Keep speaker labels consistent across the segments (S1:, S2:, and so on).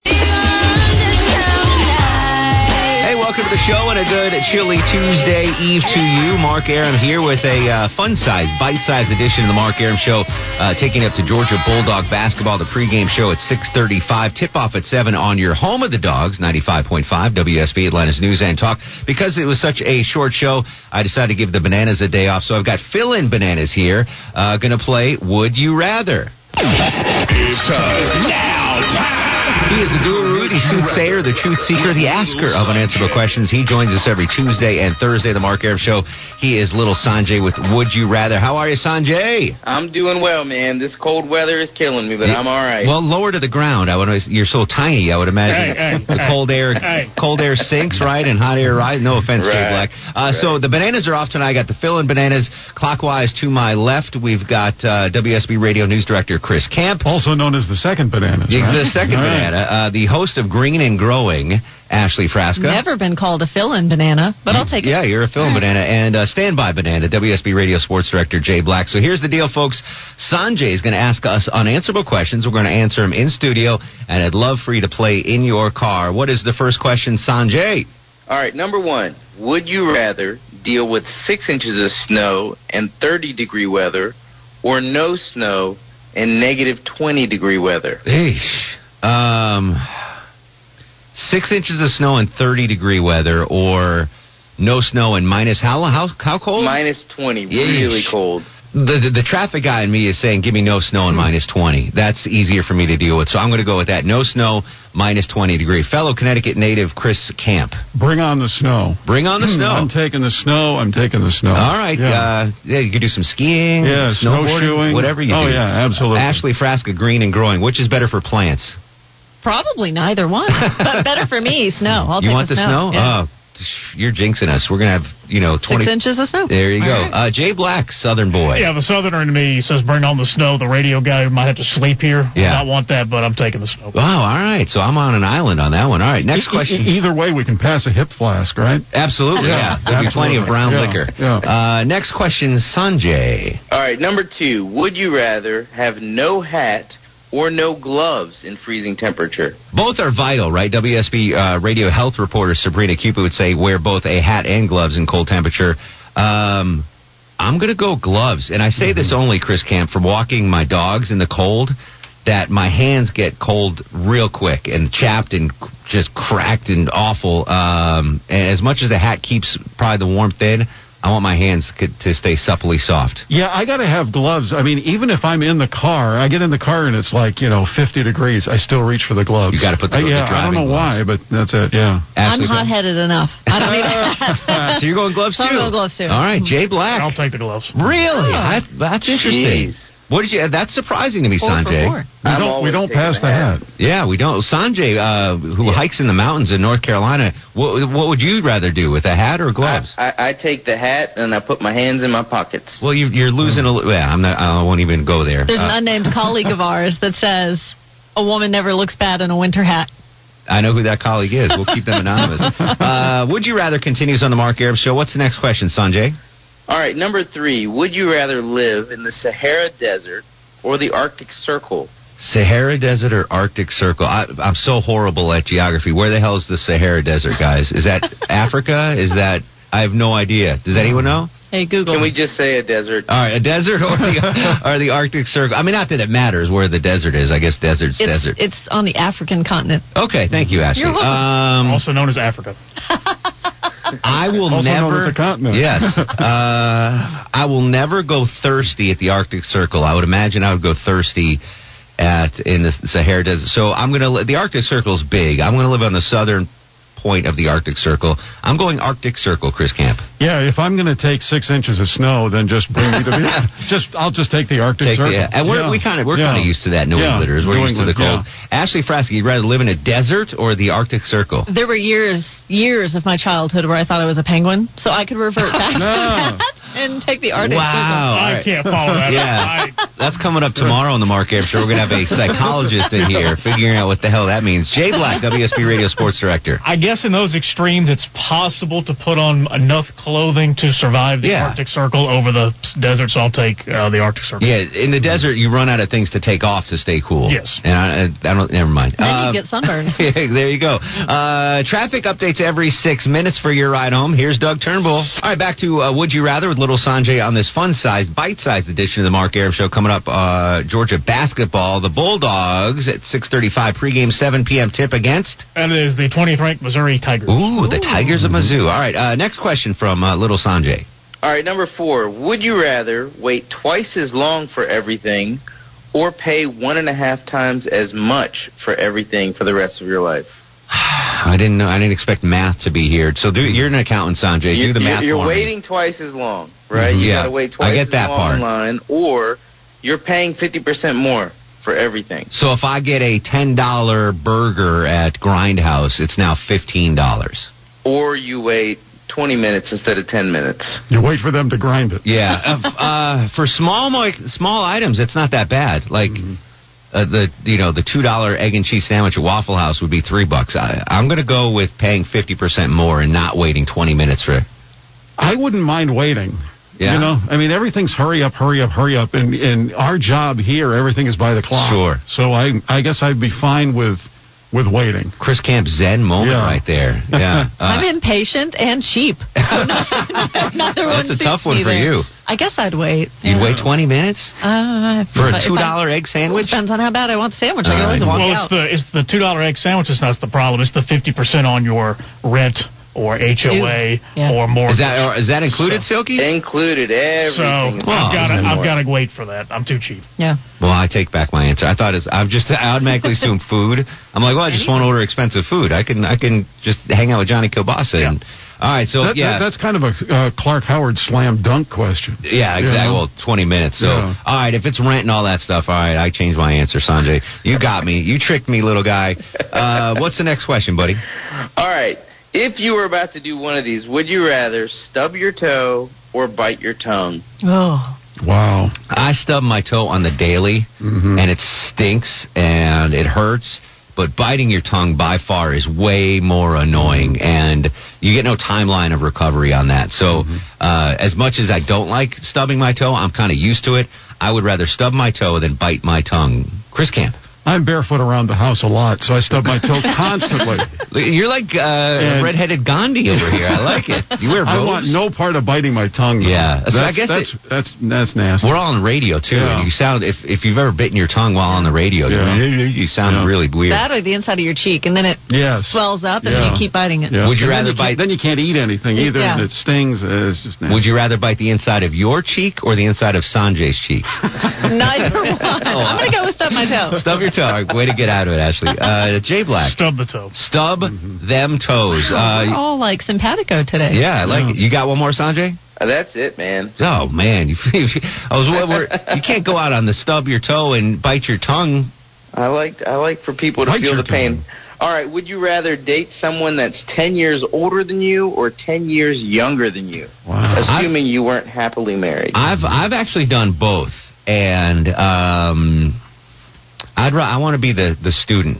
S1: Hey, welcome to the show and a good chilly Tuesday eve to you. Mark Aram here with a uh, fun-sized, bite-sized edition of the Mark Aram Show, uh, taking up to Georgia Bulldog basketball, the pregame show at 6.35, tip-off at 7 on your home of the Dogs, 95.5 WSB Atlanta's News and Talk. Because it was such a short show, I decided to give the Bananas a day off, so I've got fill-in Bananas here, uh, going to play Would You Rather. He is the guru, the soothsayer, the truth seeker, the asker of unanswerable questions. He joins us every Tuesday and Thursday, the Mark Arab Show. He is little Sanjay with Would You Rather. How are you, Sanjay?
S2: I'm doing well, man. This cold weather is killing me, but I'm all right.
S1: Well, lower to the ground. I would. You're so tiny. I would imagine
S2: Hey, hey,
S1: the
S2: hey.
S1: cold air, cold air sinks, right, and hot air rises. No offense, Jay
S2: Right,
S1: Black. Uh, So the bananas are off tonight. I got the fill-in bananas clockwise to my left. We've got uh, WSB Radio News Director Chris Camp,
S3: also known as the second banana.
S1: Yeah,
S3: right?
S1: The second
S3: All right.
S1: banana, uh, the host of Green and Growing, Ashley Frasca.
S4: Never been called a fill-in banana, but I'll take
S1: Yeah, you're a film banana and uh, standby banana. WSB Radio Sports Director Jay Black. So here's the deal, folks. Sanjay is going to ask us unanswerable questions. We're going to answer them in studio, and I'd love for you to play in your car. What is the first question, Sanjay?
S2: all right, number one, would you rather deal with six inches of snow and 30 degree weather, or no snow and negative 20 degree weather?
S1: Eesh. Um, six inches of snow and 30 degree weather, or no snow and minus how how how cold?
S2: Minus 20, really
S1: Yeesh.
S2: cold.
S1: The, the the traffic guy in me is saying, give me no snow and minus twenty. That's easier for me to deal with. So I'm going to go with that. No snow, minus twenty degree. Fellow Connecticut native Chris Camp,
S3: Bring on the snow. Hmm,
S1: bring on the
S3: I'm
S1: snow.
S3: taking the snow. I'm taking the snow.
S1: All right,
S3: Yeah.
S1: uh, yeah, you could do some skiing,
S3: Yeah,
S1: snowboarding,
S3: snowshoeing.
S1: whatever you
S3: Oh,
S1: do.
S3: yeah, absolutely.
S1: Ashley Frasca, green and growing. Which is better for plants?
S4: probably neither one, but better for me. Snow. I'll
S1: you
S4: take
S1: want the snow?
S4: Yeah.
S1: Oh, psh, you're jinxing us. We're going to have you know
S4: Six
S1: twenty.
S4: inches of snow.
S1: There you
S4: All
S1: go.
S4: right.
S1: Uh, Jay Black, Southern boy.
S5: Yeah, the southerner in me says bring on the snow. The radio guy might have to sleep here.
S1: Yeah.
S5: I want that, but I'm taking the snow.
S1: Wow. All right. So I'm on an island on that one. All right. Next
S3: E-
S1: question.
S3: e- either way, we can pass a hip flask, right?
S1: Absolutely, yeah.
S3: Yeah,
S1: There'll be plenty of
S3: absolutely.
S1: brown
S3: Yeah,
S1: liquor.
S3: yeah.
S1: Uh, next question, Sanjay.
S2: All right, number two, would you rather have no hat or no gloves in freezing temperature?
S1: Both are vital, right? WSB uh, radio health reporter Sabrina Cupid would say wear both a hat and gloves in cold temperature. Um, I'm going to go gloves. And I say this
S3: Mm-hmm.
S1: only, Chris Camp, from walking my dogs in the cold, that my hands get cold real quick and chapped and c- just cracked and awful. Um, and as much as the hat keeps probably the warmth in, I want my hands c- to stay supplely soft.
S3: Yeah, I got to have gloves. I mean, even if I'm in the car, I get in the car and it's like, you know, 50 degrees. I still reach for the gloves.
S1: You gotta put the-
S3: Uh,
S1: the
S3: yeah, I don't
S1: driving
S3: know why, but that's it. Yeah.
S4: I'm
S1: Ashley, go-
S4: hot-headed enough. I don't need that.
S1: So you're going gloves too.
S4: I'm going gloves, too.
S1: All right, Jay Black.
S5: I'll take the gloves.
S1: really?
S4: Oh.
S1: That- that's interesting.
S2: Jeez.
S1: What did you? uh, That's surprising to me,
S4: Four for
S1: Sanjay.
S4: four.
S3: We
S2: I'm
S3: don't, we
S2: always
S3: don't
S2: taking
S3: pass
S2: the
S3: the hat.
S1: Yeah, we don't. Sanjay, uh, who hikes in the mountains in North Carolina, what, what would you rather do with a hat or gloves?
S4: Uh,
S2: I, I, I take the hat and I put my hands in my pockets.
S1: well, you, you're losing a. li- Yeah, I'm not. I won't even go there.
S4: There's an
S1: Uh,
S4: unnamed colleague of ours that says a woman never looks bad in a winter hat.
S1: I know who that colleague is. We'll keep them anonymous. uh, would you rather continues on the Mark Arab Show? What's the next question, Sanjay?
S2: All right, number three. Would you rather live in the Sahara Desert or the Arctic Circle?
S1: Sahara Desert or Arctic Circle? I, I'm so horrible at geography. Where the hell is the Sahara Desert, guys? Is that Africa? Is that I have no idea. Does anyone know?
S4: Hey Google.
S2: Can we just say a desert?
S1: All right, a desert or the, or the Arctic Circle? I mean, not that it matters where the desert is. I guess desert's
S4: it's,
S1: desert.
S4: it's on the African continent.
S1: okay, thank you, Ashley.
S4: You're welcome.
S1: Um,
S5: Also known as Africa.
S1: I will
S3: Also known
S1: never.
S3: as the continent.
S1: Yes, uh, I will never go thirsty at the Arctic Circle. I would imagine I would go thirsty at in the Sahara Desert. So I'm gonna. li- The Arctic Circle's big. I'm gonna live on the southern point of the Arctic Circle. I'm going Arctic Circle, Chris Camp.
S3: Yeah, if I'm going to take six inches of snow, then just bring me to the just. I'll just take the Arctic
S1: Take the,
S3: Circle.
S1: yeah. And we're,
S3: Yeah.
S1: we kind of we're
S3: Yeah.
S1: kind of used to that. New
S3: Yeah.
S1: Englanders, we're
S3: New
S1: used to the cold.
S3: England,
S1: Ashley Frasky, you'd rather live in a desert or the Arctic Circle?
S4: There were years, years of my childhood where I thought I was a penguin, so I could revert back
S3: No.
S4: to that and take the Arctic
S1: Wow. Oh, All
S5: I
S1: right.
S5: can't follow that.
S1: Yeah.
S5: I,
S1: That's coming up tomorrow on the Mark Air Show. We're going to have a psychologist in here figuring out what the hell that means. Jay Black, WSB Radio Sports Director.
S5: I guess in those extremes, it's possible to put on enough clothing to survive the
S1: Yeah.
S5: Arctic Circle over the desert. So I'll take uh, the Arctic Circle.
S1: Yeah, in the desert, you run out of things to take off to stay cool.
S5: Yes.
S1: And I, I don't, never mind.
S4: Circle. Then
S1: Uh,
S4: you get sunburned.
S1: there you go. Uh, traffic updates every six minutes for your ride home. Here's Doug Turnbull. All right, back to uh, Would You Rather with Little Sanjay on this fun-sized, bite-sized edition of the Mark Arab Show. Coming up, uh, Georgia basketball. The Bulldogs at 6:35 pregame, 7 p.m. tip against.
S5: That is the 20th ranked Missouri Tigers.
S1: Ooh, the Tigers of Mizzou. All right, uh, next question from uh, Little Sanjay.
S2: All right, number four. Would you rather wait twice as long for everything or pay one and a half times as much for everything for the rest of your life?
S1: I didn't know. I didn't expect math to be here. So do, you're an accountant, Sanjay. do the
S2: you're,
S1: math.
S2: You're
S1: for me.
S2: waiting twice as long, right?
S1: Mhm.
S2: You
S1: Yeah.
S2: gotta wait
S1: I
S2: twice
S1: get that
S2: as long
S1: part.
S2: in line, or you're paying 50% more for everything.
S1: So if I get a ten dollar burger at Grindhouse, it's now fifteen dollars.
S2: Or you wait 20 minutes instead of 10 minutes.
S3: You wait for them to grind it.
S1: Yeah. uh, uh, for small like small items, it's not that bad. Like uh, the you know the two dollar egg and cheese sandwich at Waffle House would be three bucks. I, I'm going to go with paying fifty percent more and not waiting twenty minutes for.
S3: I wouldn't mind waiting.
S1: Yeah.
S3: You know, I mean, everything's hurry up, hurry up, hurry up, and and our job here, everything is by the clock.
S1: Sure.
S3: So I I guess I'd be fine with with waiting.
S1: Chris Camp Zen moment
S3: Yeah.
S1: right there. Yeah. Uh,
S4: I'm impatient and cheap. So neither- neither one
S1: That's a
S4: suits
S1: tough one
S4: me
S1: for
S4: there.
S1: you.
S4: I guess I'd wait.
S1: You'd
S4: Yeah.
S1: wait 20 minutes
S4: Uh,
S1: for
S4: if I-
S1: a
S4: if
S1: two
S4: I-
S1: dollar egg sandwich? Uh,
S4: Depends on how bad I want the sandwich. I
S1: All
S4: can always
S1: right.
S4: walk
S5: Well,
S4: out.
S5: it's the it's the two dollar egg sandwiches that's the problem. It's the fifty percent on your rent or HOA
S4: Ew. Yeah.
S5: or more.
S1: Is that or is that included,
S5: So-
S1: Silky?
S2: Included
S5: so
S2: everything.
S1: Well,
S5: I've got to
S1: even
S2: more.
S5: I've got to wait for that. I'm too cheap.
S4: yeah.
S1: Well, I take back my answer. I thought it's I'm just I automatically assume food. I'm like, well, I just won't order expensive food. I can I can just hang out with Johnny Kielbasa. And, all right, so
S3: That,
S1: yeah,
S3: that- that's kind of a uh, Clark Howard slam dunk question.
S1: yeah,
S3: You
S1: exactly.
S3: know?
S1: Well, 20 minutes. So
S3: Yeah.
S1: all right, if it's rent and all that stuff, all right, I changed my answer, Sanjay. You got me. You tricked me, little guy. Uh, what's the next question, buddy?
S2: All right. If you were about to do one of these, would you rather stub your toe or bite your tongue?
S4: Oh.
S3: Wow.
S1: I stub my toe on the daily, and it stinks and it hurts. But biting your tongue by far is way more annoying, and you get no timeline of recovery on that. So, uh, as much as I don't like stubbing my toe, I'm kind of used to it. I would rather stub my toe than bite my tongue. Chris Camp,
S3: I'm barefoot around the house a lot, so I stub my toe constantly.
S1: you're like uh, redheaded Gandhi over here. I like it. You wear
S3: I
S1: robes.
S3: want no part of biting my tongue.
S1: Yeah. So
S3: that's,
S1: I guess
S3: that's, that's that's nasty.
S1: We're all on radio too,
S3: Yeah.
S1: and you sound if if you've ever bitten your tongue while on the radio, you-
S3: Yeah.
S1: you, sound
S3: Yeah.
S1: really weird.
S4: That or the inside of your cheek, and then it
S3: Yes.
S4: swells up, and
S3: Yeah.
S4: you keep biting it.
S3: Yeah.
S1: Would you
S3: And
S1: rather
S3: then can't-
S1: bite-
S3: Then you can't eat anything either,
S4: Yeah.
S3: and it stings. Uh, it's just nasty.
S1: Would you rather bite the inside of your cheek or the inside of Sanjay's cheek?
S4: Neither one.
S1: Oh, uh,
S4: I'm gonna go with stub my toe.
S1: Stub your toe. All right, Way to get out of it, Ashley. Uh, Jay Black.
S5: Stub the toe.
S1: Stub them toes.
S4: We're
S1: Uh,
S4: all like simpatico today.
S1: yeah, I like it. You got one more, Sanjay?
S2: Uh, That's it, man.
S1: Oh man, you, I was. We're, you can't go out on the stub your toe and bite your tongue.
S2: I like I like for people to
S3: Bite
S2: feel
S3: your
S2: the pain.
S3: tongue.
S2: All right, would you rather date someone that's 10 years older than you or 10 years younger than you?
S3: Wow.
S2: Assuming you weren't happily married.
S1: I've I've actually done both, and um, I'd ra- I want to be the the student.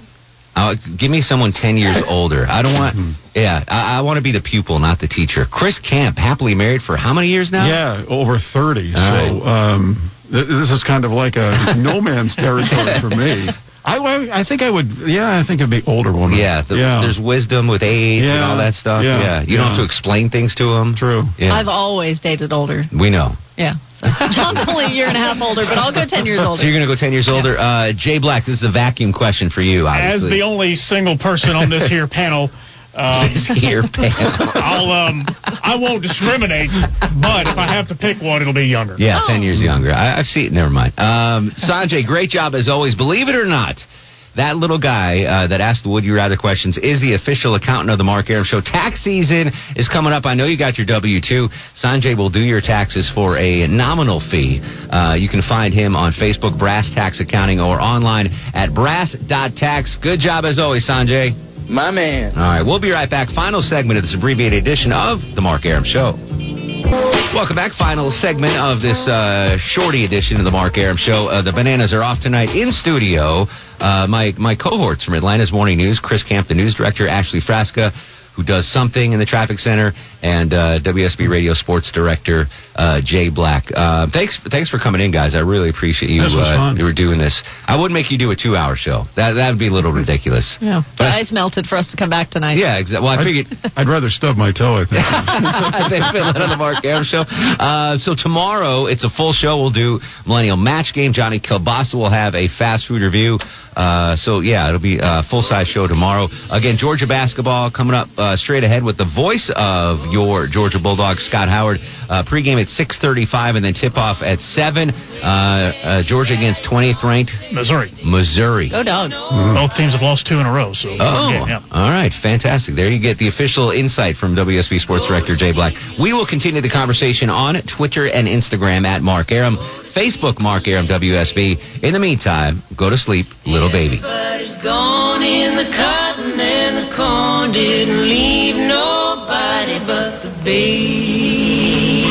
S1: Uh, give me someone ten years older. I don't
S3: Hmm.
S1: want. Yeah, I, I want to be the pupil, not the teacher. Chris Camp, happily married for how many years now?
S3: Yeah, over 30.
S1: All
S3: so um, th- this is kind of like a no man's territory for me. I, I, I think I would, yeah, I think it'd be older woman.
S1: Yeah, the,
S3: yeah.
S1: there's wisdom with age and
S3: Yeah,
S1: all that stuff.
S3: yeah,
S1: you don't
S3: yeah.
S1: have to explain things to them.
S3: True.
S1: Yeah,
S4: I've always dated older.
S1: we know.
S4: Yeah. So. I'm only a year and a half older, but I'll go 10 years
S1: So you're
S4: older.
S1: gonna go ten years older. Uh, Jay Black, this is a vacuum question for you.
S5: As
S1: Obviously,
S5: the only single person on this here panel. Um,
S1: Here, pal.
S5: I'll um I won't discriminate, but if I have to pick one, it'll be younger.
S1: Yeah,
S4: Oh.
S1: ten years younger. I, I've seen. Never mind. Um, Sanjay, great job as always. Believe it or not, That little guy uh, that asked the Would You Rather questions is the official accountant of the Mark Aram Show. Tax season is coming up. I know you got your W 2. Sanjay will do your taxes for a nominal fee. Uh, you can find him on Facebook, Brass Tax Accounting, or online at brass.tax. Good job as always, Sanjay.
S2: My man.
S1: All right, we'll be right back. Final segment of this abbreviated edition of The Mark Aram Show. Welcome back. Final segment of this uh, shorty edition of the Mark Aram Show. Uh, the bananas are off tonight in studio. Uh, my my cohorts from Atlanta's Morning News, Chris Camp, the news director, Ashley Frasca, who does something in the traffic center, and uh, WSB Radio Sports Director uh, Jay Black. Uh, thanks thanks for coming in, guys. I really appreciate you.
S3: This was
S1: uh,
S3: fun.
S1: You were doing this. I would make you do a two hour show. That that would be a little ridiculous.
S4: Yeah. The ice melted for us to come back tonight.
S1: Yeah, exactly. Well, I figured
S3: I'd rather stub my toe, I think.
S1: They've been let on the Mark Aram show. Uh, so tomorrow it's a full show. We'll do Millennial Match Game. Johnny Kilbasa will have a fast food review. Uh, so yeah, it'll be a full size show tomorrow. Again, Georgia basketball coming up uh, straight ahead with the voice of your Georgia Bulldogs, Scott Howard. Uh, pregame at six thirty five, and then tip off at seven. Uh, uh, Georgia against twentieth ranked
S5: Missouri.
S1: Missouri.
S4: Go dogs.
S5: Both teams have lost two in a row. So
S1: Oh,
S5: yeah, yeah.
S1: all right, fantastic. There you get the official insight from WSB Sports Director Jay Black. We will continue the conversation on Twitter and Instagram at Mark Aram, Facebook Mark Aram WSB. In the meantime, go to sleep, little baby.
S6: Everybody's gone in the cotton and the corn didn't leave nobody but the bee.